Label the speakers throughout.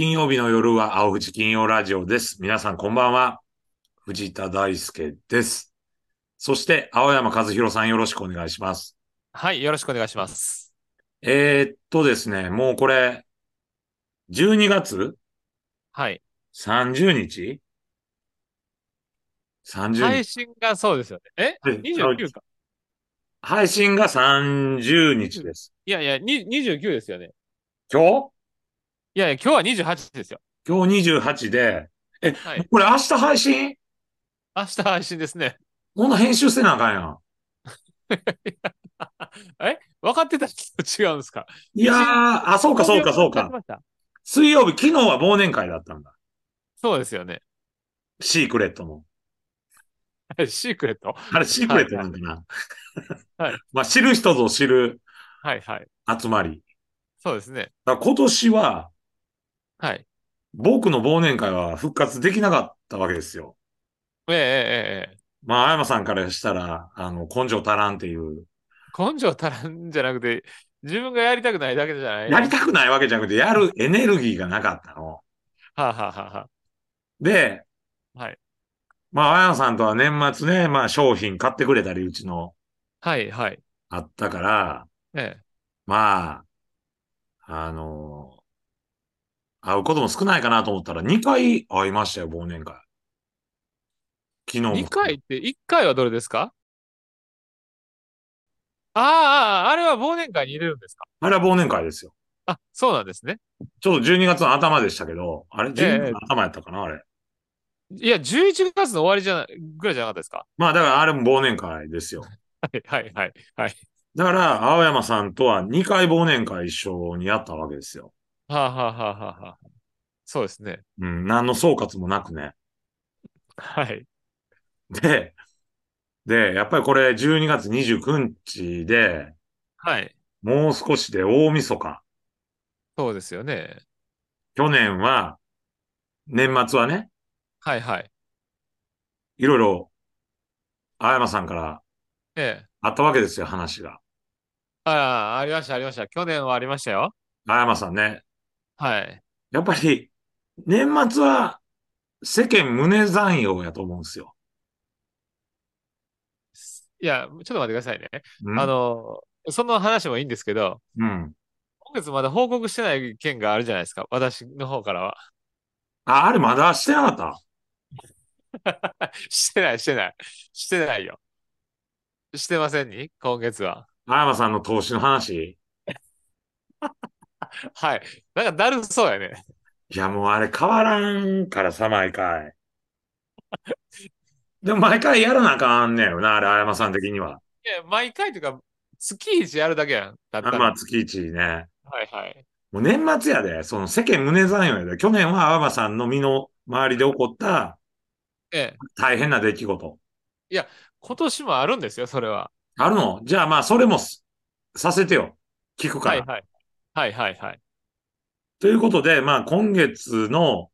Speaker 1: 金曜日の夜は青藤金曜ラジオです。皆さんこんばんは。藤田大輔です。そして、青山和弘さんよろしくお願いします。
Speaker 2: はい、よろしくお願いします。
Speaker 1: えーっとですね、もうこれ、12月
Speaker 2: はい。
Speaker 1: 30日 ?30
Speaker 2: 配
Speaker 1: 日。
Speaker 2: 信がそうですよね。え
Speaker 1: はい
Speaker 2: ?29 か。
Speaker 1: 配信が30日です。
Speaker 2: いやいや、に29ですよね。
Speaker 1: 今
Speaker 2: いやいや、今日は28ですよ。
Speaker 1: 日今日28で、
Speaker 2: はい。
Speaker 1: これ明日配信
Speaker 2: 明日配信ですね。
Speaker 1: こんな編集せなあかんやん。
Speaker 2: 分かってた人と違うんですか
Speaker 1: いやー、あ、そうかそうかそうか。。水曜日、昨日は忘年会だったんだ。
Speaker 2: そうですよね。
Speaker 1: シークレットの。
Speaker 2: シークレット
Speaker 1: あれ、シークレットなんかな。
Speaker 2: はいはい
Speaker 1: まあ、知る人ぞ知る
Speaker 2: はいはい。
Speaker 1: 集まり。
Speaker 2: そうですね。
Speaker 1: だから今年は、
Speaker 2: はい。
Speaker 1: 僕の忘年会は復活できなかったわけですよ。
Speaker 2: えええええ
Speaker 1: まあ、青山さんからしたら、あの、根性足らんっていう。
Speaker 2: え根性足らんじゃなくて、自分がやりたくないだけじゃない
Speaker 1: やりたくないわけじゃなくて、やるエネルギーがなかったの。
Speaker 2: はあ、はあはあは
Speaker 1: で、
Speaker 2: あ、はい。
Speaker 1: まあ、青山さんとは年末ね、まあ、商品買ってくれたり、うちの
Speaker 2: はいはい。
Speaker 1: あったから、
Speaker 2: ええ。
Speaker 1: まあ、あの会うことも少ないかなと思ったら、2回会いましたよ、忘年会。昨日も。
Speaker 2: 2回って、1回はどれですかああああ、あれは忘年会に入れるんですか
Speaker 1: あれは忘年会ですよ。
Speaker 2: あ、そうなんですね。
Speaker 1: ちょっと12月の頭でしたけど、あれ ?12
Speaker 2: ええ
Speaker 1: 月の頭やったかな、あれ。
Speaker 2: いや、11月の終わりじゃな、ぐらいじゃなかったですか
Speaker 1: まあ、だからあれも忘年会ですよ。
Speaker 2: はい、はい、はい。はい。
Speaker 1: だから、青山さんとは2回忘年会一緒にやったわけですよ。
Speaker 2: はあ、はあはあはあはあ、そうですね。
Speaker 1: うん、何の総括もなくね。
Speaker 2: はい。
Speaker 1: で、で、やっぱりこれ12月29日で、
Speaker 2: はい。
Speaker 1: もう少しで大晦日。
Speaker 2: そうですよね。
Speaker 1: 去年は、年末はね、
Speaker 2: はい、はい。
Speaker 1: いろいろ、青山さんから
Speaker 2: ええ。
Speaker 1: あったわけですよ、話が。
Speaker 2: ああ、ありました、ありました。去年はありましたよ。
Speaker 1: 青山さんね。
Speaker 2: はい。
Speaker 1: やっぱり、年末は、世間胸残用やと思うんですよ。
Speaker 2: いや、ちょっと待ってくださいね。
Speaker 1: うん
Speaker 2: あ、の、その話もいいんですけど、
Speaker 1: うん。
Speaker 2: 今月まだ報告してない件があるじゃないですか。私の方からは。
Speaker 1: あ、あれまだしてなかった。
Speaker 2: してない、してない。してないよ。してませんに今月は。
Speaker 1: 青山さんの投資の話。
Speaker 2: はい。なんかだるそうやね。
Speaker 1: いや、もうあれ変わらんからさ、毎 回。でも毎回やらなあかんねんよな、あれ、青山さん的には。
Speaker 2: いや、毎回というか、月一やるだけやん。だった
Speaker 1: あ
Speaker 2: ら。
Speaker 1: まあ、月1ね。
Speaker 2: はいはい。
Speaker 1: もう年末やで、その世間胸残用やで、去年は青山さんの身の周りで起こった
Speaker 2: ええ。
Speaker 1: 大変な出来事。
Speaker 2: 今年もあるんですよ、それは。
Speaker 1: あるのじゃあまあ、それもすさせてよ。聞くから。
Speaker 2: はいはい。はいはいはい。
Speaker 1: ということで、まあ、今月の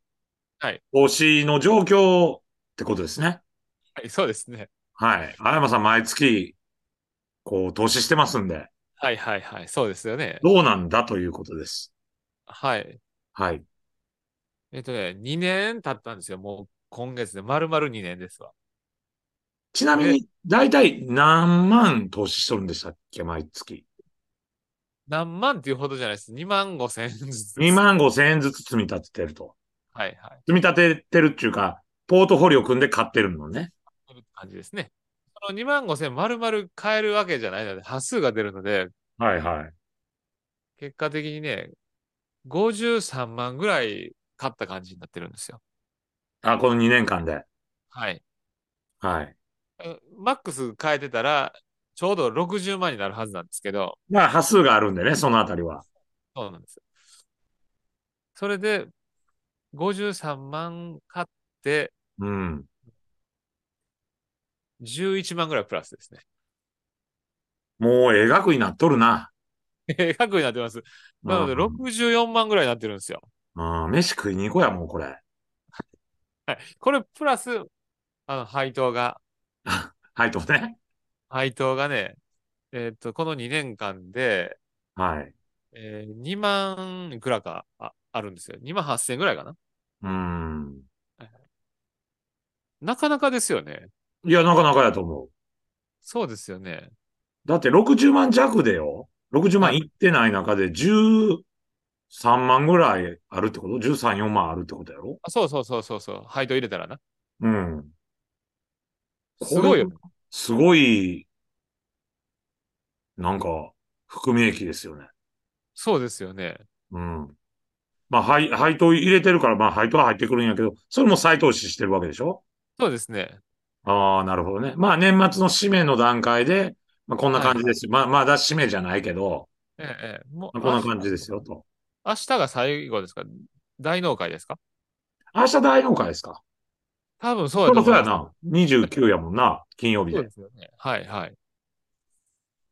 Speaker 2: はい
Speaker 1: 推しの状況ってことですね。
Speaker 2: はい、そうですね。
Speaker 1: はい。青山さん毎月、こう、投資してますんで、
Speaker 2: はいはいはい。そうですよね。
Speaker 1: どうなんだということです。
Speaker 2: はい。
Speaker 1: はい。
Speaker 2: えっとね、2年経ったんですよ。もう今月で丸々2年ですわ。
Speaker 1: ちなみに、大体何万投資しとるんでしたっけ、毎月。
Speaker 2: 何万っていうほどじゃないです。2万5千ずつ。
Speaker 1: 2。万5千円ずつ積み立ててると。
Speaker 2: はいはい。
Speaker 1: 積み立ててるっていうか、ポートフォリオ組んで買ってるのね。
Speaker 2: そういう感じですね。その2万5千丸々変えるわけじゃないので、端数が出るので、
Speaker 1: はいはい。
Speaker 2: 結果的にね、53万ぐらい買った感じになってるんですよ。
Speaker 1: あ、この2年間で。
Speaker 2: はい。
Speaker 1: はい。
Speaker 2: えマックス変えてたら、ちょうど60万になるはずなんですけど、
Speaker 1: まあ、波数があるんでね、そのあたりは。
Speaker 2: そうなんです。それで、53万買って、
Speaker 1: うん。
Speaker 2: 11万ぐらいプラスですね。
Speaker 1: もう、ええ額になっとるな。
Speaker 2: え額になってます。なので、
Speaker 1: うん
Speaker 2: 64万ぐらいになってるんですよ。
Speaker 1: うん、飯食いに行こうや、もうこれ。
Speaker 2: はい。これ、プラス、あの、配当が、
Speaker 1: はい、とね。
Speaker 2: 配当がね、えっと、この2年間で、
Speaker 1: はい。
Speaker 2: えー、2万いくらかああるんですよ。2万8000円ぐらいかな。
Speaker 1: うん。
Speaker 2: なかなかですよね。
Speaker 1: いや、なかなかやと思う。
Speaker 2: そうですよね。
Speaker 1: だって60万弱でよ。60
Speaker 2: は
Speaker 1: 万
Speaker 2: い
Speaker 1: いってない中で13万ぐらいあるってこと ?13、4万あるってことやろ
Speaker 2: あそうそうそうそうそう。配当入れたらな。
Speaker 1: うん。
Speaker 2: すごいよ
Speaker 1: こ。すごい、なんか、含み益ですよね。
Speaker 2: そうですよね。
Speaker 1: うん。まあ、配配当入れてるから、まあ、配当は入ってくるんやけど、それも再投資してるわけでしょ
Speaker 2: そうですね。
Speaker 1: ああ、なるほどね。まあ、年末の締めの段階で、まあ、こんな感じです。まあ、まだ締めじゃないけど、
Speaker 2: ええええ、も
Speaker 1: まあこんな感じですよ、。と。
Speaker 2: 明日が最後ですか大納会ですか
Speaker 1: 明日大納会ですか
Speaker 2: 多分そう
Speaker 1: そ
Speaker 2: だ
Speaker 1: う
Speaker 2: と
Speaker 1: だ
Speaker 2: 思
Speaker 1: そう
Speaker 2: い
Speaker 1: や
Speaker 2: ます。
Speaker 1: な。29やもんな、金曜日
Speaker 2: そう
Speaker 1: で
Speaker 2: で。すよね。はいはい。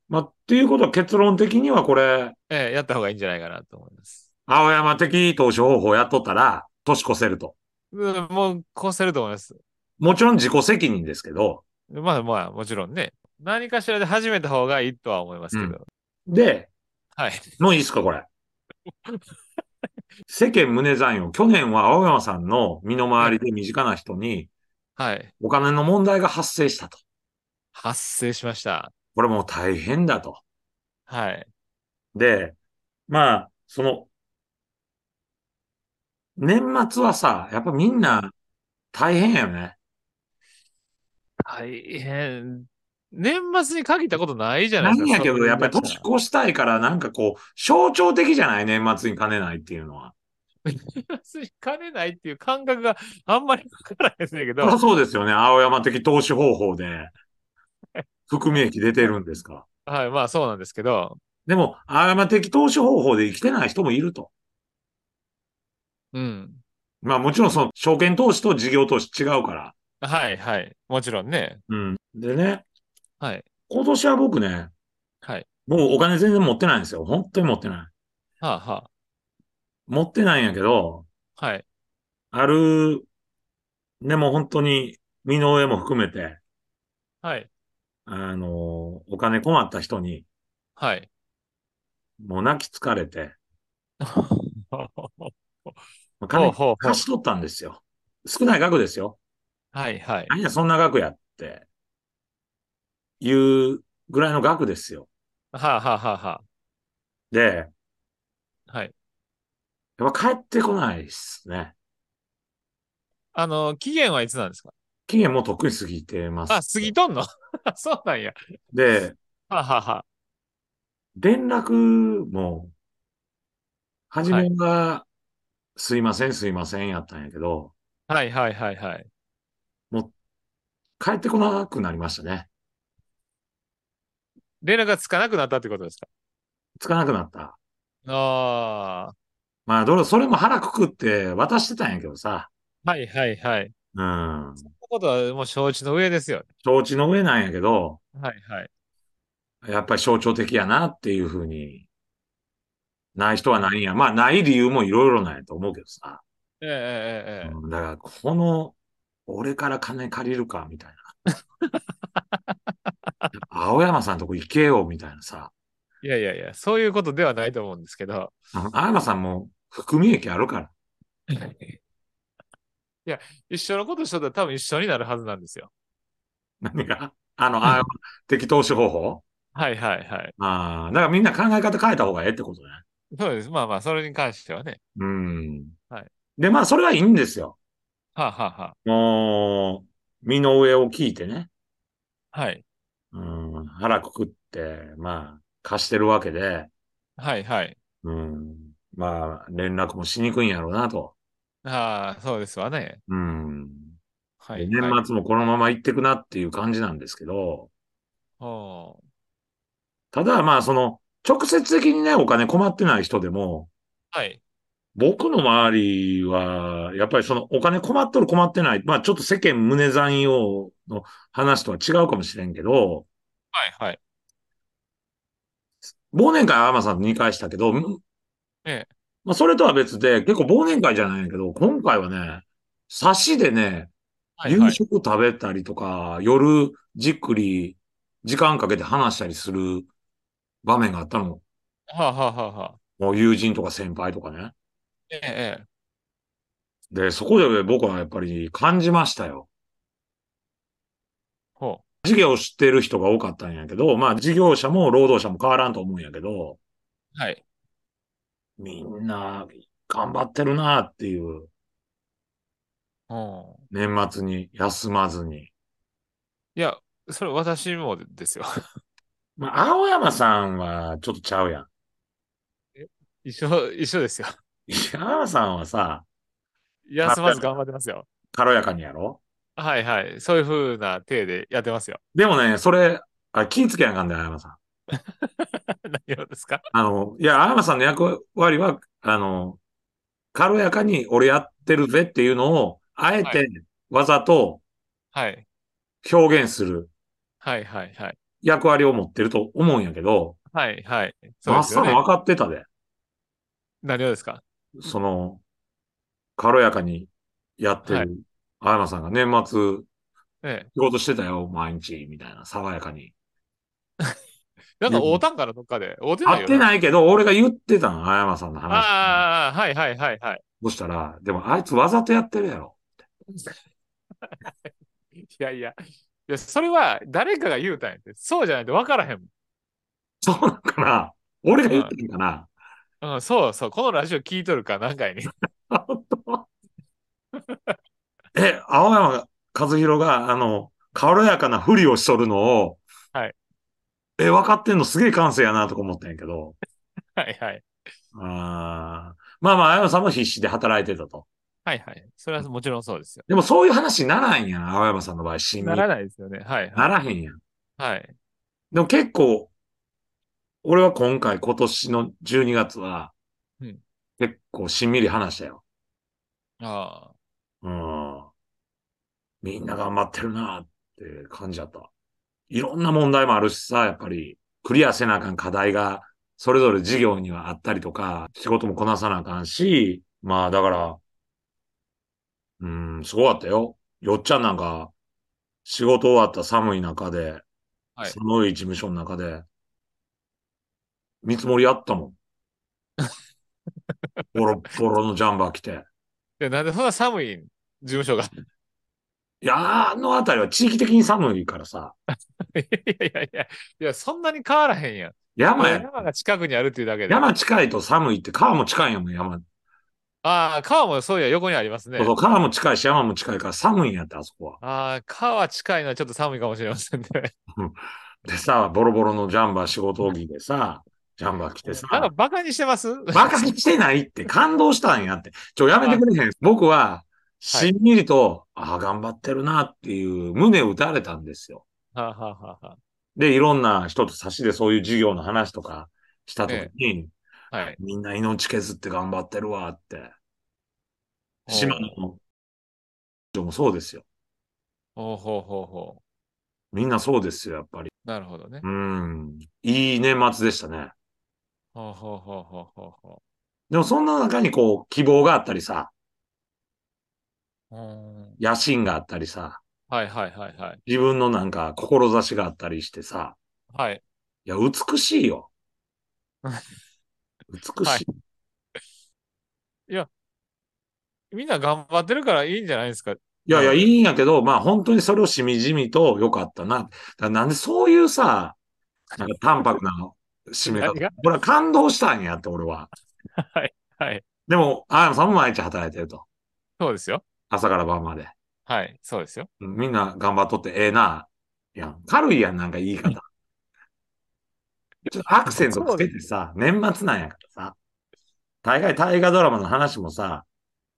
Speaker 1: まあ、っていうことは結論的にはこれ、
Speaker 2: ええ、やった方がいいんじゃないかなと思います。
Speaker 1: 青山的投資方法やっとったら、年越せると。
Speaker 2: うんもう、こうせると思います。
Speaker 1: もちろん自己責任ですけど、
Speaker 2: まあまあ、もちろんね。何かしらで始めた方がいいとは思いますけど。
Speaker 1: で、
Speaker 2: はい。
Speaker 1: もういいですか、これ。 世間胸残よ。去年は青山さんの身の回りで身近な人に
Speaker 2: はい。
Speaker 1: お金の問題が発生したと。
Speaker 2: 発生しました。
Speaker 1: これもう大変だと。
Speaker 2: はい。
Speaker 1: で、まあ、その、年末はさ、やっぱみんな大変やよね。
Speaker 2: 大変。年末に限ったことないじゃない
Speaker 1: な
Speaker 2: です
Speaker 1: ん
Speaker 2: か。
Speaker 1: やけ
Speaker 2: そ
Speaker 1: ど、
Speaker 2: う
Speaker 1: やっぱり
Speaker 2: いう
Speaker 1: 年越したいから、なんかこう、象徴的じゃない年末に金ないっていうのは。
Speaker 2: 年末に金ないっていう感覚があんまりわからないですねけ
Speaker 1: そりゃ
Speaker 2: ど。
Speaker 1: そうですよね。青山的投資方法 で、含み益出てるんですから。
Speaker 2: はい、まあそうなんですけど。
Speaker 1: でも、青山的投資方法で生きてない人もいると。
Speaker 2: うん。
Speaker 1: まあもちろんその、証券投資と事業投資違うから。
Speaker 2: はい、はい。もちろんね。
Speaker 1: うん。でね、
Speaker 2: はい。
Speaker 1: 今年は僕ね、
Speaker 2: はい。
Speaker 1: もうお金全然持ってないんですよ。本当に持ってない。
Speaker 2: はあ、は
Speaker 1: 持ってないんやけど、
Speaker 2: あ。はい。
Speaker 1: ある、ね、もう本当に、身の上も含めて、
Speaker 2: はい。
Speaker 1: あの、お金困った人に、
Speaker 2: はい。
Speaker 1: もう泣き疲れて、まあ
Speaker 2: ほう
Speaker 1: 金
Speaker 2: ほうほう
Speaker 1: 貸し取ったんですよ。少ない額ですよ。
Speaker 2: はい、はい。
Speaker 1: 何や、そんな額やって、いうぐらいの額ですよ。
Speaker 2: はあ、はあ、はあ、は
Speaker 1: で、
Speaker 2: あ。はい。
Speaker 1: やっぱ帰ってこないっすね。
Speaker 2: あの、期限はいつなんですか
Speaker 1: 期限も得意過ぎてます。
Speaker 2: あ、過ぎとんの そうなんや。
Speaker 1: で、
Speaker 2: はあ、はあ、はあ。
Speaker 1: 連絡も、はじめが、すいません、すいませんやったんやけど、
Speaker 2: はいはいはいはい。
Speaker 1: 帰ってこなくなりましたね。
Speaker 2: 連絡がつかなくなったってことですか
Speaker 1: つかなくなった。
Speaker 2: あ
Speaker 1: まあ、どれ、それも腹くくって渡してたんやけどさ。
Speaker 2: あ。はいはいはい。って
Speaker 1: うん。
Speaker 2: ことはもう承知の上ですよね。
Speaker 1: 承知の上なんやけど、
Speaker 2: はいはい。
Speaker 1: やっぱり象徴的やなっていうふうに、ない人はないんや。まあ、ない理由もいろいろなんやと思うけどさ。
Speaker 2: ええええええ
Speaker 1: うんだから、この、俺から金借りるか、みたい な。青山さんとこ行けよ、みたいなさ。
Speaker 2: いやいやいや、そういうことではないと思うんです けど。
Speaker 1: うん青山さんも含み益あるから。
Speaker 2: 一緒のことしとったら多分一緒になるはずなんですよ。
Speaker 1: 何があの、青山的投資方法
Speaker 2: はいはいはい。
Speaker 1: ああ、だからみんな考え方変えた方がええってことね。
Speaker 2: そうです。まあまあ、それに関してはね。
Speaker 1: うん。
Speaker 2: はい。
Speaker 1: で、まあ、それはいいんですよ。
Speaker 2: はあ、は
Speaker 1: もう、身の上を聞いてね。
Speaker 2: あはあ、はい。
Speaker 1: うん、腹くくって、まあ、貸してるわけで、
Speaker 2: はいはい。
Speaker 1: うん、まあ、連絡もしにくいんやろうなと。
Speaker 2: ああ、そうですわね。
Speaker 1: うん。
Speaker 2: は
Speaker 1: で
Speaker 2: い、はい。
Speaker 1: 年末もこのまま行ってくなっていう感じなんですけど、
Speaker 2: おー
Speaker 1: ただまあ、その、直接的にね、お金困ってない人でも、
Speaker 2: はい。
Speaker 1: 僕の周りは、やっぱりそのお金困っとる困ってない、まあちょっと世間胸残用の話とは違うかもしれんけど、
Speaker 2: はいはい。
Speaker 1: 忘年会は天さんと2回したけど、ん
Speaker 2: ええ
Speaker 1: まあそれとは別で、結構忘年会じゃないけど、今回はね、差しでね、
Speaker 2: はい
Speaker 1: 夕
Speaker 2: はい。
Speaker 1: 食食べたりとか、夜じっくり時間かけて話したりする場面があったの。
Speaker 2: はあ、はあはあはあ。
Speaker 1: もう友人とか先輩とかね。
Speaker 2: ええええ、
Speaker 1: で、そこで僕はやっぱり感じましたよ。
Speaker 2: ほ
Speaker 1: 事業を知ってる人が多かったんやけど、まあ事業者も労働者も変わらんと思うんやけど、
Speaker 2: う。はい。
Speaker 1: みんな頑張ってるなっていう、
Speaker 2: うん。
Speaker 1: 年末に休まずに。
Speaker 2: いや、それ私もですよ。
Speaker 1: まあ、青山さんはちょっとちゃうやん。
Speaker 2: 一緒、一緒ですよ。
Speaker 1: いや青山さんはさ、
Speaker 2: 休まず頑張ってますよ。
Speaker 1: 軽やかにやろ
Speaker 2: はいはい。そういう風な体でやってますよ。
Speaker 1: でもね、それ、あ気ぃつけなあかんで、青山さん。
Speaker 2: 何をですか
Speaker 1: あの、いや、青山さんの役割は、あの、軽やかに俺やってるぜっていうのを、あえ
Speaker 2: は
Speaker 1: てわざと
Speaker 2: はい。
Speaker 1: 表現する
Speaker 2: はいはいはい。
Speaker 1: 役割を持ってると思うんやけど、
Speaker 2: はいはい。そう
Speaker 1: マ
Speaker 2: で
Speaker 1: ッ
Speaker 2: す
Speaker 1: サ
Speaker 2: よ
Speaker 1: ン
Speaker 2: ね。
Speaker 1: 分かってたで。
Speaker 2: 何をですか
Speaker 1: その、軽やかにやって
Speaker 2: はい
Speaker 1: る青山さんが年末
Speaker 2: ええ。
Speaker 1: 仕事してたよ、毎日、みたいな、爽やかに。
Speaker 2: なんか会うたんからどっかで。会うてないよ
Speaker 1: 会ってないけど、俺が言ってたの、青山さんの話。
Speaker 2: ああ、はいはいはいはい。
Speaker 1: そしたら、でもあいつわざとやってるやろ。
Speaker 2: いやいや。いや、それは誰かが言うたんやて。そうじゃないと分からへん
Speaker 1: そうなんかな俺が言ってるかな、
Speaker 2: もん。うん、そうそう。このラジオ聞いとるか何回に。
Speaker 1: 本当え、青山和弘が、あの、軽やかなふりをしとるのを、
Speaker 2: はい。
Speaker 1: え、分かってんのすげえ感性やなとか思ったんやけど、
Speaker 2: はいはい。
Speaker 1: あーまあまあ、青山さんも必死で働いてたと。
Speaker 2: はいはい。それはもちろんそうですよ。
Speaker 1: でもそういう話にならんやん、青山さんの場合、親密
Speaker 2: ならないですよね。はいは。
Speaker 1: ないらへんやん。
Speaker 2: はい。
Speaker 1: でも結構、俺は今回、今年の12月は
Speaker 2: うん、
Speaker 1: 結構しんみり話したよ。
Speaker 2: ああ。
Speaker 1: うん。みんな頑張ってるなって感じだった。いろんな問題もあるしさ、やっぱり、クリアせなあかん課題が、それぞれ事業にはあったりとか、仕事もこなさなあかんし、まあだから、うん、すごかったよ。よっちゃんなんか、仕事終わった寒い中で、
Speaker 2: はい
Speaker 1: 寒い事務所の中で、見積もりあった もん。ボロッボロのジャンバー着て。
Speaker 2: で、なんでそんな寒い事務所が。
Speaker 1: いや、あのあたりは地域的に寒いからさ、
Speaker 2: いやいやいや、いや、そんなに変わらへんやん。
Speaker 1: 山や、
Speaker 2: 山が近くにあるっていうだけで。あ
Speaker 1: 山近いと寒いって川も近いんやもん、山。
Speaker 2: あー、川もそういや、横にありますね
Speaker 1: そう。そう川も近いし山も近いから寒いんやって、あそこは。
Speaker 2: ああ、川近いのはちょっと寒いかもしれませんね。
Speaker 1: でさ、ボロボロのジャンバー仕事着でさ、ジャンバー着てさ、
Speaker 2: なんかバカにしてます
Speaker 1: バカにしてないって感動したんやって。ちょ、やめてくれへん。僕は、しんみりと、ああ、頑張ってるなっていう胸を打たれたんですよ。
Speaker 2: はあはあはあは
Speaker 1: で、いろんな人と差しでそういう事業の話とかした時に、
Speaker 2: あはい。
Speaker 1: みんな命削って頑張ってるわって。島
Speaker 2: の。
Speaker 1: の人もそうですよ。
Speaker 2: ほうほうほうほ
Speaker 1: みんなそうですよ、やっぱり。
Speaker 2: う。なるほどね
Speaker 1: う。ん。いい年末でしたね。
Speaker 2: ほうほうほうほうほうほ
Speaker 1: でもそんな中にこう、希望があったりさ、
Speaker 2: う。うーん
Speaker 1: 野心があったりさ、
Speaker 2: はいはいはいはい。
Speaker 1: 自分のなんか志があったりしてさ、
Speaker 2: はい。
Speaker 1: いや、美しい よ。美
Speaker 2: は
Speaker 1: し
Speaker 2: い
Speaker 1: い。
Speaker 2: みんな頑張ってるからいいんじゃないですか。
Speaker 1: いやいや、いいんやけど、まあ本当にそれをしみじみと良かったな。だからなんでそういうさ、なんか淡白な締め方
Speaker 2: 何が。
Speaker 1: 俺は感動したんやって、俺は。
Speaker 2: はいはい。
Speaker 1: でも、あやさんも毎日働いてると。
Speaker 2: そうですよ。
Speaker 1: 朝から晩まで。
Speaker 2: はい。そうですよ。
Speaker 1: みんな頑張っとってええな。やん。軽いやん、なんか言い方。ちょっとアクセントつけてさ、年末なんやからさ。大概大河ドラマの話もさ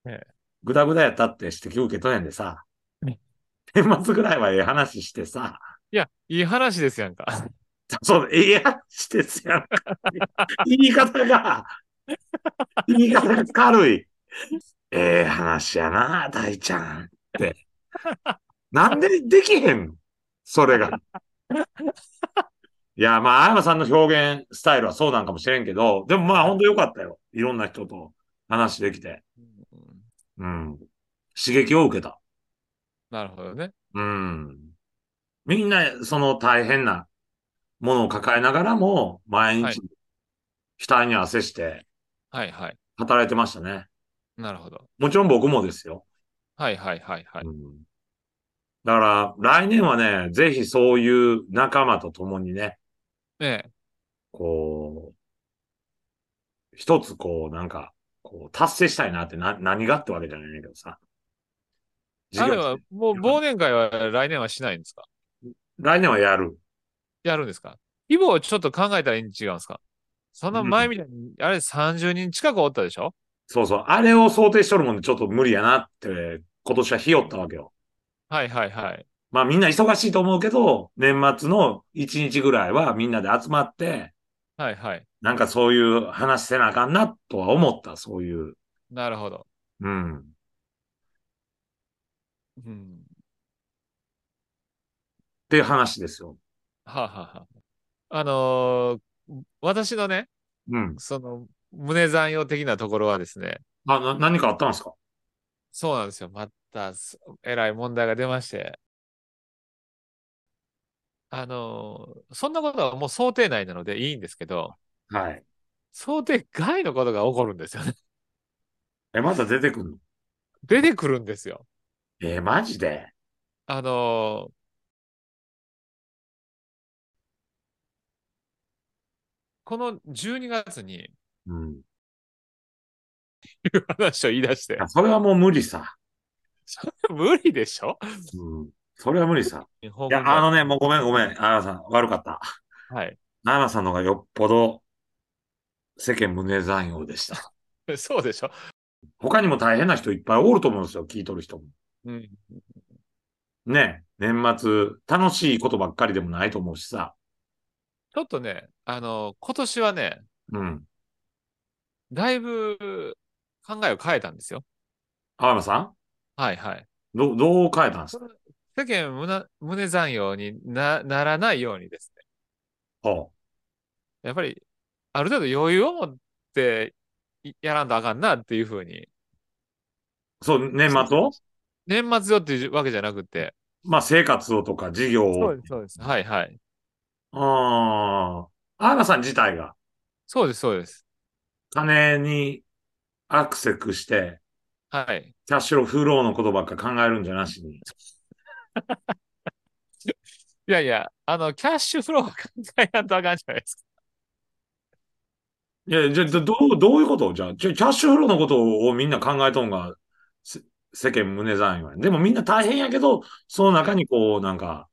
Speaker 2: ええ、
Speaker 1: ぐだぐだやったって指摘を受けとんやんでさ
Speaker 2: ね、
Speaker 1: 年末ぐらいはええ話してさ、
Speaker 2: いや、いい話ですやんか。
Speaker 1: そう、ええ話してすやんか。言い方が、言い方が軽い。ええ話やな、大ちゃんって。なんでできへんのそれが。いや、まあ、青山さんの表現スタイルはそうなんかもしれんけど、でもまあ、ほんとよかったよ。いろんな人と話できて。
Speaker 2: うん
Speaker 1: うん。刺激を受けた。
Speaker 2: なるほどね。
Speaker 1: うん。みんな、その大変なものを抱えながらも、毎
Speaker 2: はい
Speaker 1: 日、額に汗して
Speaker 2: はいはい。
Speaker 1: 働いてましたね。
Speaker 2: なるほど。
Speaker 1: もちろん僕もですよ。
Speaker 2: はいはいはいはい。
Speaker 1: うんだから、来年はね、ぜひそういう仲間と共にね、
Speaker 2: ええ。
Speaker 1: こう、一つこう、なんか、こう、達成したいなって、な、何がってわけじゃないんだけどさ。
Speaker 2: あ
Speaker 1: 授
Speaker 2: れ
Speaker 1: 業
Speaker 2: は、もう忘年会は来年はしないんですか
Speaker 1: 来年はやる。
Speaker 2: やるんですか規模をちょっと考えたらいいん違うんですかそんな前みたいに、あれ30人近くおったでしょ
Speaker 1: そうそう。あれを想定しとるもんで、ちょっと無理やなって、今年は日よったわけよ。
Speaker 2: はいはいはい。
Speaker 1: まあみんな忙しいと思うけど、年末の一日ぐらいはみんなで集まって、
Speaker 2: はいはい。
Speaker 1: なんかそういう話せなあかんなとは思った、そういう。
Speaker 2: なるほど。
Speaker 1: うん。
Speaker 2: うん。
Speaker 1: っていう話ですよ。
Speaker 2: はあ、はあはあ、あのー私のね、
Speaker 1: うん。
Speaker 2: その、胸残用的なところはですね、
Speaker 1: あ、な、何かあったんですか
Speaker 2: そうなんですよ。また、すえらい問題が出まして。あのーそんなことはもう想定内なのでいいんですけど、
Speaker 1: はい。
Speaker 2: 想定外のことが起こるんですよね。
Speaker 1: え、まだ出てくんの
Speaker 2: 出てくるんですよ。
Speaker 1: えーマジで
Speaker 2: あのーこの12月に
Speaker 1: うん。
Speaker 2: いう話を言い出して、
Speaker 1: あそれはもう無理さ。
Speaker 2: それ無理でしょ
Speaker 1: うん。それは無理さ。
Speaker 2: 日本
Speaker 1: いや、あのね、もうごめんごめん。奈良さん、悪かった。
Speaker 2: う。はい。
Speaker 1: 奈良さんの方がよっぽど世間胸残用でした。
Speaker 2: そうでしょ
Speaker 1: 他にも大変な人いっぱいおると思うんですよ。聞いとる人も。
Speaker 2: うん。
Speaker 1: ね、年末、楽しいことばっかりでもないと思うしさ。
Speaker 2: ちょっとね、あのー今年はね、
Speaker 1: うん。
Speaker 2: だいぶ考えを変えたんですよ。
Speaker 1: 青山さ
Speaker 2: はいはい。
Speaker 1: んど、どう変えたんですか
Speaker 2: 世間むな胸残用になならないようにです
Speaker 1: ほ
Speaker 2: ね。やっぱり、ある程度余裕を持っていやらんとあかんなっていうふうに。
Speaker 1: う。そう、年末を
Speaker 2: 年末よっていうわけじゃなくて。
Speaker 1: まあ、生活をとか事業を。
Speaker 2: です、そうです。はいはい。
Speaker 1: ああ。青山さん自体が
Speaker 2: そうです、そうです。
Speaker 1: 金にアクセクして、
Speaker 2: はい。
Speaker 1: キャッシュローフローのことばっか考えるんじゃなしに。
Speaker 2: いやいや、あの、キャッシュフローを考えやんとあかんじゃないですか。
Speaker 1: いや、じゃ、どどう、どういうことじゃあ、ちょキャッシュフローのことをみんな考えとんが、せ世間胸残用やんでもみんな大変やけど、その中にこう、なんか、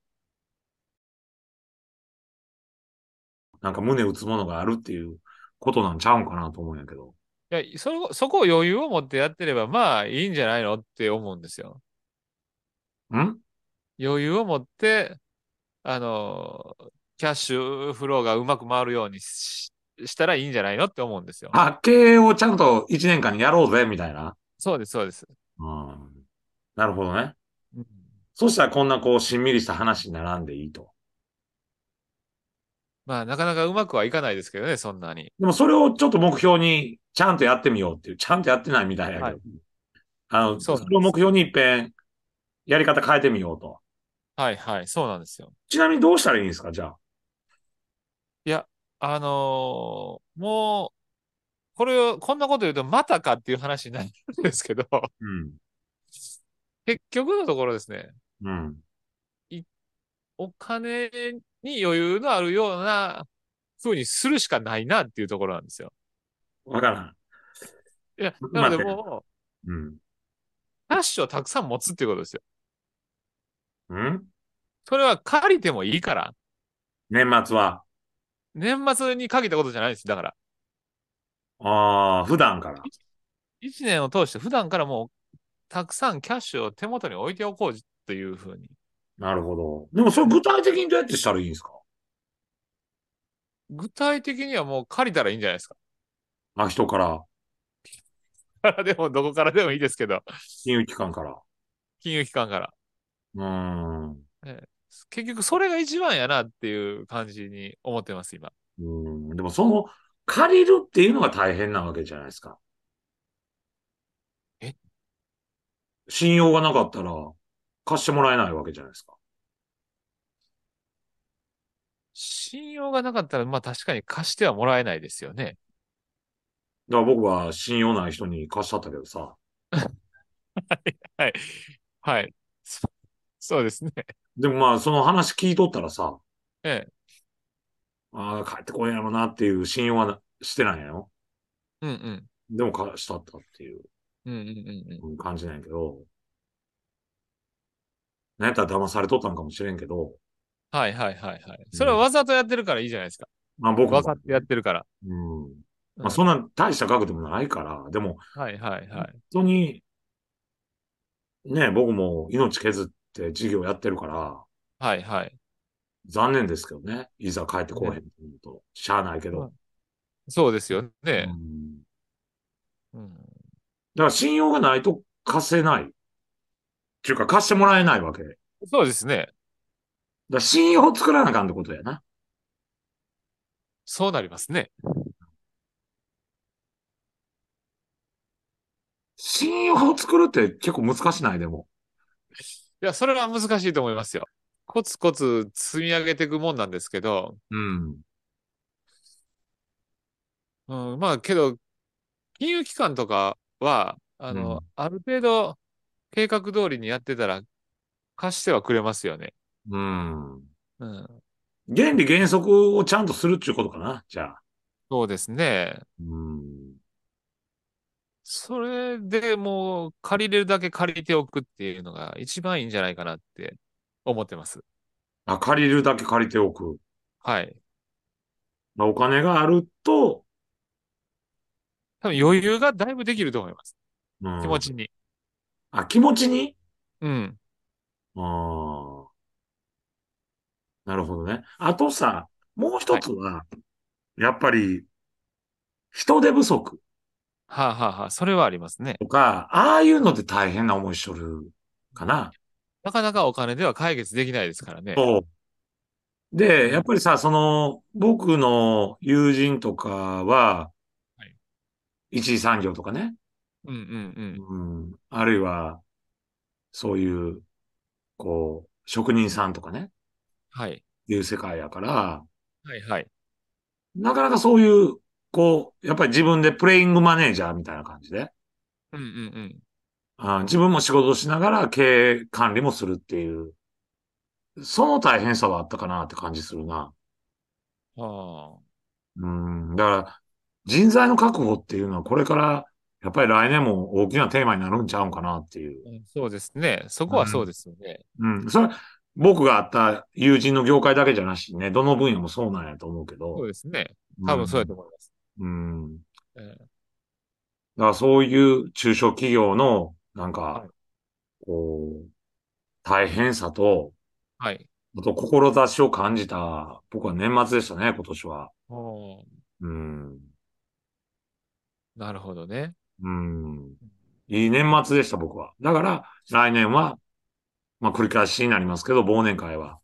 Speaker 1: なんか胸打つものがあるっていうことなんちゃうんかなと思うんやけど。
Speaker 2: いや、そ、そこを余裕を持ってやってれば、まあ、いいんじゃないのって思うんですよ。
Speaker 1: ん
Speaker 2: 余裕を持って、あの、キャッシュフローがうまく回るようにし、したらいいんじゃないのって思うんですよ。
Speaker 1: あ、経営をちゃんと1年間にやろうぜ、みたいな。
Speaker 2: そうです、そうです。
Speaker 1: うん。なるほどね。
Speaker 2: うん
Speaker 1: そしたらこんなこう、しんみりした話に並んでいいと。
Speaker 2: まあ、なかなかうまくはいかないですけどね、そんなに。
Speaker 1: でもそれをちょっと目標に、ちゃんとやってみようっていう、ちゃんとやってないみたいやけど、
Speaker 2: はい
Speaker 1: あの、
Speaker 2: そう
Speaker 1: そ
Speaker 2: なんです
Speaker 1: れを目標に一遍、やり方変えてみようと。
Speaker 2: はいはい、そうなんですよ。
Speaker 1: ちなみにどうしたらいいんですか、じゃあ。
Speaker 2: あのーもう、これを、こんなこと言うと、またかっていう話になるんですけど、
Speaker 1: うん。
Speaker 2: 結局のところですね、
Speaker 1: うん。
Speaker 2: お金に余裕のあるような風にするしかないなっていうところなんですよ。
Speaker 1: わからん。
Speaker 2: いや、
Speaker 1: 待
Speaker 2: な
Speaker 1: っ
Speaker 2: の
Speaker 1: て
Speaker 2: でもう、
Speaker 1: うん。
Speaker 2: キャッシュをたくさん持つっていうことですよ。
Speaker 1: うん
Speaker 2: それは借りてもいいから。
Speaker 1: 年末は、
Speaker 2: 年末に限ったことじゃないです。だから、
Speaker 1: ああ、普段から。
Speaker 2: 一年を通して普段からもう、たくさんキャッシュを手元に置いておこうというふうに。
Speaker 1: なるほど。でもそれ具体的にどうやってしたらいいんですか
Speaker 2: 具体的にはもう借りたらいいんじゃないですか。
Speaker 1: あ、人から、
Speaker 2: でも、どこからでもいいですけど、
Speaker 1: 金融機関から。
Speaker 2: 金融機関から。
Speaker 1: うーん。
Speaker 2: 結局、それが一番やなっていう感じに思ってます、今。
Speaker 1: うん。でもその、借りるっていうのが大変なわけじゃないですか。
Speaker 2: え
Speaker 1: 信用がなかったら、貸してもらえないわけじゃないですか。
Speaker 2: 信用がなかったら、まあ確かに貸してはもらえないですよね。
Speaker 1: だから僕は信用ない人に貸しちゃったけどさ。
Speaker 2: はい。はい。そそうですね。
Speaker 1: でもまあ、その話聞いとったらさ、
Speaker 2: ええ。
Speaker 1: ああ、帰ってこいやろなっていう信用はなしてないんやよ。
Speaker 2: うんうん。
Speaker 1: でも貸したったっていう
Speaker 2: うんうんうんうん。
Speaker 1: うん感じなんやけど、なんやったら騙されとったんかもしれんけど、
Speaker 2: はいはいはいはい。それはわざとやってるからいいじゃないですか。
Speaker 1: まあ僕
Speaker 2: わ
Speaker 1: は
Speaker 2: かってやってるから。
Speaker 1: うん。
Speaker 2: うん
Speaker 1: まあそんな大した額でもないから、でも
Speaker 2: はいはいはい。
Speaker 1: 本当に、ね、僕も命削って事業やってるから、
Speaker 2: はいはい。
Speaker 1: 残念ですけどね。いざ帰ってこうへんって言うと、しゃあないけ
Speaker 2: う
Speaker 1: ど
Speaker 2: ん。そうですよ
Speaker 1: う
Speaker 2: ね。
Speaker 1: ん
Speaker 2: うん。
Speaker 1: だから信用がないと貸せない。っていうか貸してもらえないわけ。だか
Speaker 2: そうですね。
Speaker 1: ら信用を作らなあかんってことやな。
Speaker 2: そうなりますね。
Speaker 1: 信用を作るって結構難しないでも。
Speaker 2: いや、それは難しいと思いますよ。コツコツ積み上げていくもんなんですけど、
Speaker 1: うん。
Speaker 2: うん、まあけど、金融機関とかは、あ
Speaker 1: う
Speaker 2: の、
Speaker 1: ん
Speaker 2: ある程度計画通りにやってたら貸してはくれますよね。
Speaker 1: うん。
Speaker 2: うん。
Speaker 1: 原理原則をちゃんとするっていうことかな。じゃあ。
Speaker 2: そうですね。
Speaker 1: うん。
Speaker 2: それでもう借りれるだけ借りておくっていうのが一番いいんじゃないかなって思ってます。
Speaker 1: あ、借りるだけ借りておく。
Speaker 2: はい。
Speaker 1: まあ、お金があると、
Speaker 2: 多分余裕がだいぶできると思います。
Speaker 1: うん
Speaker 2: 気持。ちに。
Speaker 1: あ、気持ちに
Speaker 2: うん。
Speaker 1: ああ。なるほどね。あとさ、もう一つは、やっぱり、人手不足
Speaker 2: はあ、はあはあ、それはありますね。
Speaker 1: とか、ああいうので大変な思いしとるかな。
Speaker 2: なかなかお金では解決できないですからね。
Speaker 1: そう。で、やっぱりさ、その、僕の友人とかは
Speaker 2: はい、
Speaker 1: 一次産業とかね、
Speaker 2: うんうんうん。
Speaker 1: うん、あるいは、そういう、こう、職人さんとかね、
Speaker 2: はい。
Speaker 1: いう世界やから、
Speaker 2: はいはい。
Speaker 1: なかなかそういう、こう、やっぱり自分でプレイングマネージャーみたいな感じで、
Speaker 2: うんうんうん。
Speaker 1: あ自分も仕事をしながら経営管理もするっていう、その大変さはあったかなって感じするな。
Speaker 2: あ
Speaker 1: うん、だから、人材の確保っていうのはこれから、やっぱり来年も大きなテーマになるんちゃうんかなっていう。
Speaker 2: あ、そうですね。そこはそうですよね。
Speaker 1: うん、それは僕があった友人の業界だけじゃなしにね、どの分野もそうなんやと思うけ
Speaker 2: そう
Speaker 1: ど、
Speaker 2: ですね。多分そうやと思います。
Speaker 1: うん、うん
Speaker 2: ええ
Speaker 1: だからそういう中小企業の、なん
Speaker 2: は
Speaker 1: か
Speaker 2: い、
Speaker 1: こう、大変さと、
Speaker 2: はい。
Speaker 1: あと、志を感じた、僕は年末でしたね、今年は。
Speaker 2: ああ
Speaker 1: うん。
Speaker 2: なるほどね。
Speaker 1: うん。いい年末でした、僕は。だから、来年は、まあ、繰り返しになりますけど、忘年会は。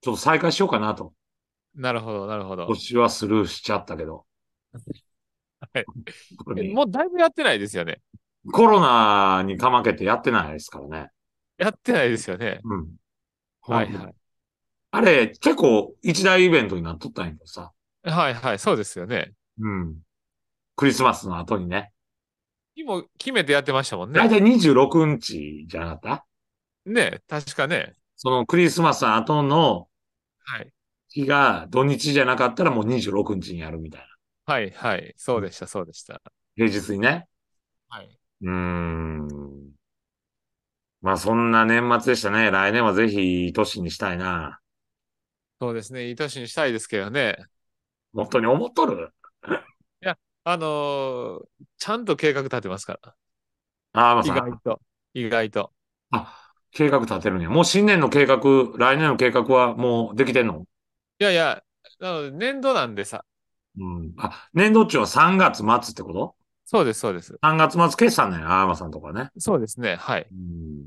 Speaker 1: ちょっと再開しようかなと。
Speaker 2: なるほど、なるほど
Speaker 1: 今。年はスルーしちゃったけど。
Speaker 2: はい
Speaker 1: 特
Speaker 2: え
Speaker 1: に
Speaker 2: もうだいぶやってないですよね。
Speaker 1: コロナにかまけてやってないですからね。
Speaker 2: やってないです よね。
Speaker 1: うん。
Speaker 2: はいはい。
Speaker 1: あれ、結構一大イベントになっとったんやけどさ。
Speaker 2: はいはい、そうですよね。
Speaker 1: うん。クリスマスの後にね。
Speaker 2: 今、決めてやってましたもん
Speaker 1: だい
Speaker 2: ね。
Speaker 1: たい26日じゃなかった
Speaker 2: ね、確かね。
Speaker 1: そのクリスマスの後の
Speaker 2: はい。
Speaker 1: 日が土日じゃなかったらもう26日にやるみたいな。
Speaker 2: はいはい。そうでした、そうでした。
Speaker 1: 平日にね。
Speaker 2: はい。
Speaker 1: うーん。まあそんな年末でしたね。来年はぜひいい年にしたいな。
Speaker 2: そうですね。いい年にしたいですけどね。
Speaker 1: 本当に思っとる
Speaker 2: あのーちゃんと計画立てますから。
Speaker 1: ああ、まあ
Speaker 2: 意
Speaker 1: さ
Speaker 2: 外と。意外と。
Speaker 1: あ、計画立てるね。もう新年の計画、来年の計画はもうできてんの
Speaker 2: いやいや、なので年度なんでさ。
Speaker 1: うん。あ、年度中は3月末ってこと
Speaker 2: そうです、そうです。
Speaker 1: ?3 月末決算ね。ああ、まあさんとかね。
Speaker 2: そうですね。はい。
Speaker 1: うん。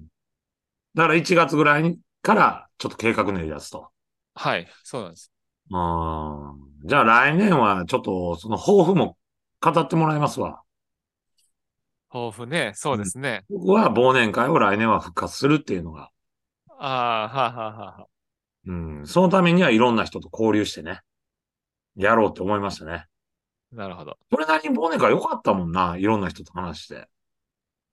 Speaker 1: だから1月ぐらいからちょっと計画練り出すと。
Speaker 2: はい。そうなんです。
Speaker 1: あーじゃあ来年はちょっとその抱負も語ってもらいますわ。
Speaker 2: 抱負ね。そうですね。
Speaker 1: 僕は忘年会を来年は復活するっていうのが。
Speaker 2: ああ、はあ、はあはあはあ。
Speaker 1: うん。そのためにはいろんな人と交流してね。やろうって思いましたね。
Speaker 2: なるほど。
Speaker 1: それなりに忘年会良かったもんな。いろんな人と話して。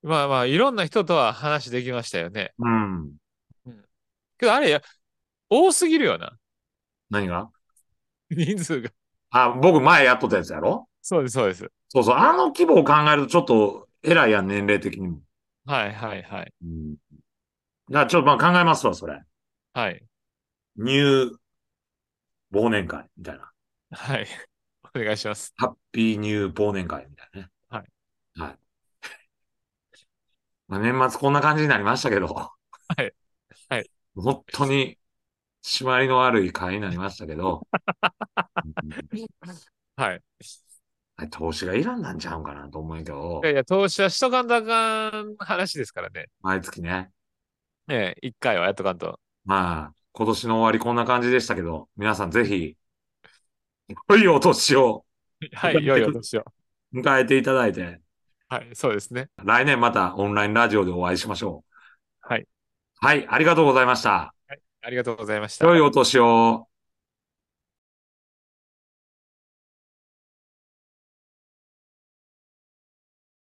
Speaker 2: まあまあ、いろんな人とは話できましたよね。
Speaker 1: うん。
Speaker 2: けどあれや、多すぎるよな。
Speaker 1: 何が
Speaker 2: 人数が。
Speaker 1: あ、僕前やっとったやつやろ
Speaker 2: そうです、そうです。
Speaker 1: そうそう。あの規模を考えるとちょっと偉いやん、年齢的にも。
Speaker 2: はい、はい、はい。
Speaker 1: うん。じゃあちょっとまあ考えますわ、それ。
Speaker 2: はい。
Speaker 1: ニュー忘年会みたいな。
Speaker 2: はい。お願いします。
Speaker 1: ハッピーニュー忘年会みたいなね。。
Speaker 2: はい。
Speaker 1: はい。 まあ、年末こんな感じになりましたけど。はい
Speaker 2: はい。
Speaker 1: 本当に、締まりの悪い会になりましたけ ど。うん
Speaker 2: はい。
Speaker 1: はい投資がいらんなんちゃうんかなと思うけど
Speaker 2: いや、いや、投資はしとかんとあかん話ですからね。
Speaker 1: 毎月ね。
Speaker 2: ええ、一回はやっとかんと。
Speaker 1: まあ、今年の終わりこんな感じでしたけど、皆さんぜひ、良いお年を
Speaker 2: はい、良いお年を。
Speaker 1: 迎えていただいて、
Speaker 2: はい、そうですね。
Speaker 1: 来年またオンラインラジオでお会いしましょう。
Speaker 2: はい。
Speaker 1: はい、ありがとうございました。
Speaker 2: ありがとうございました。
Speaker 1: 良いお年を。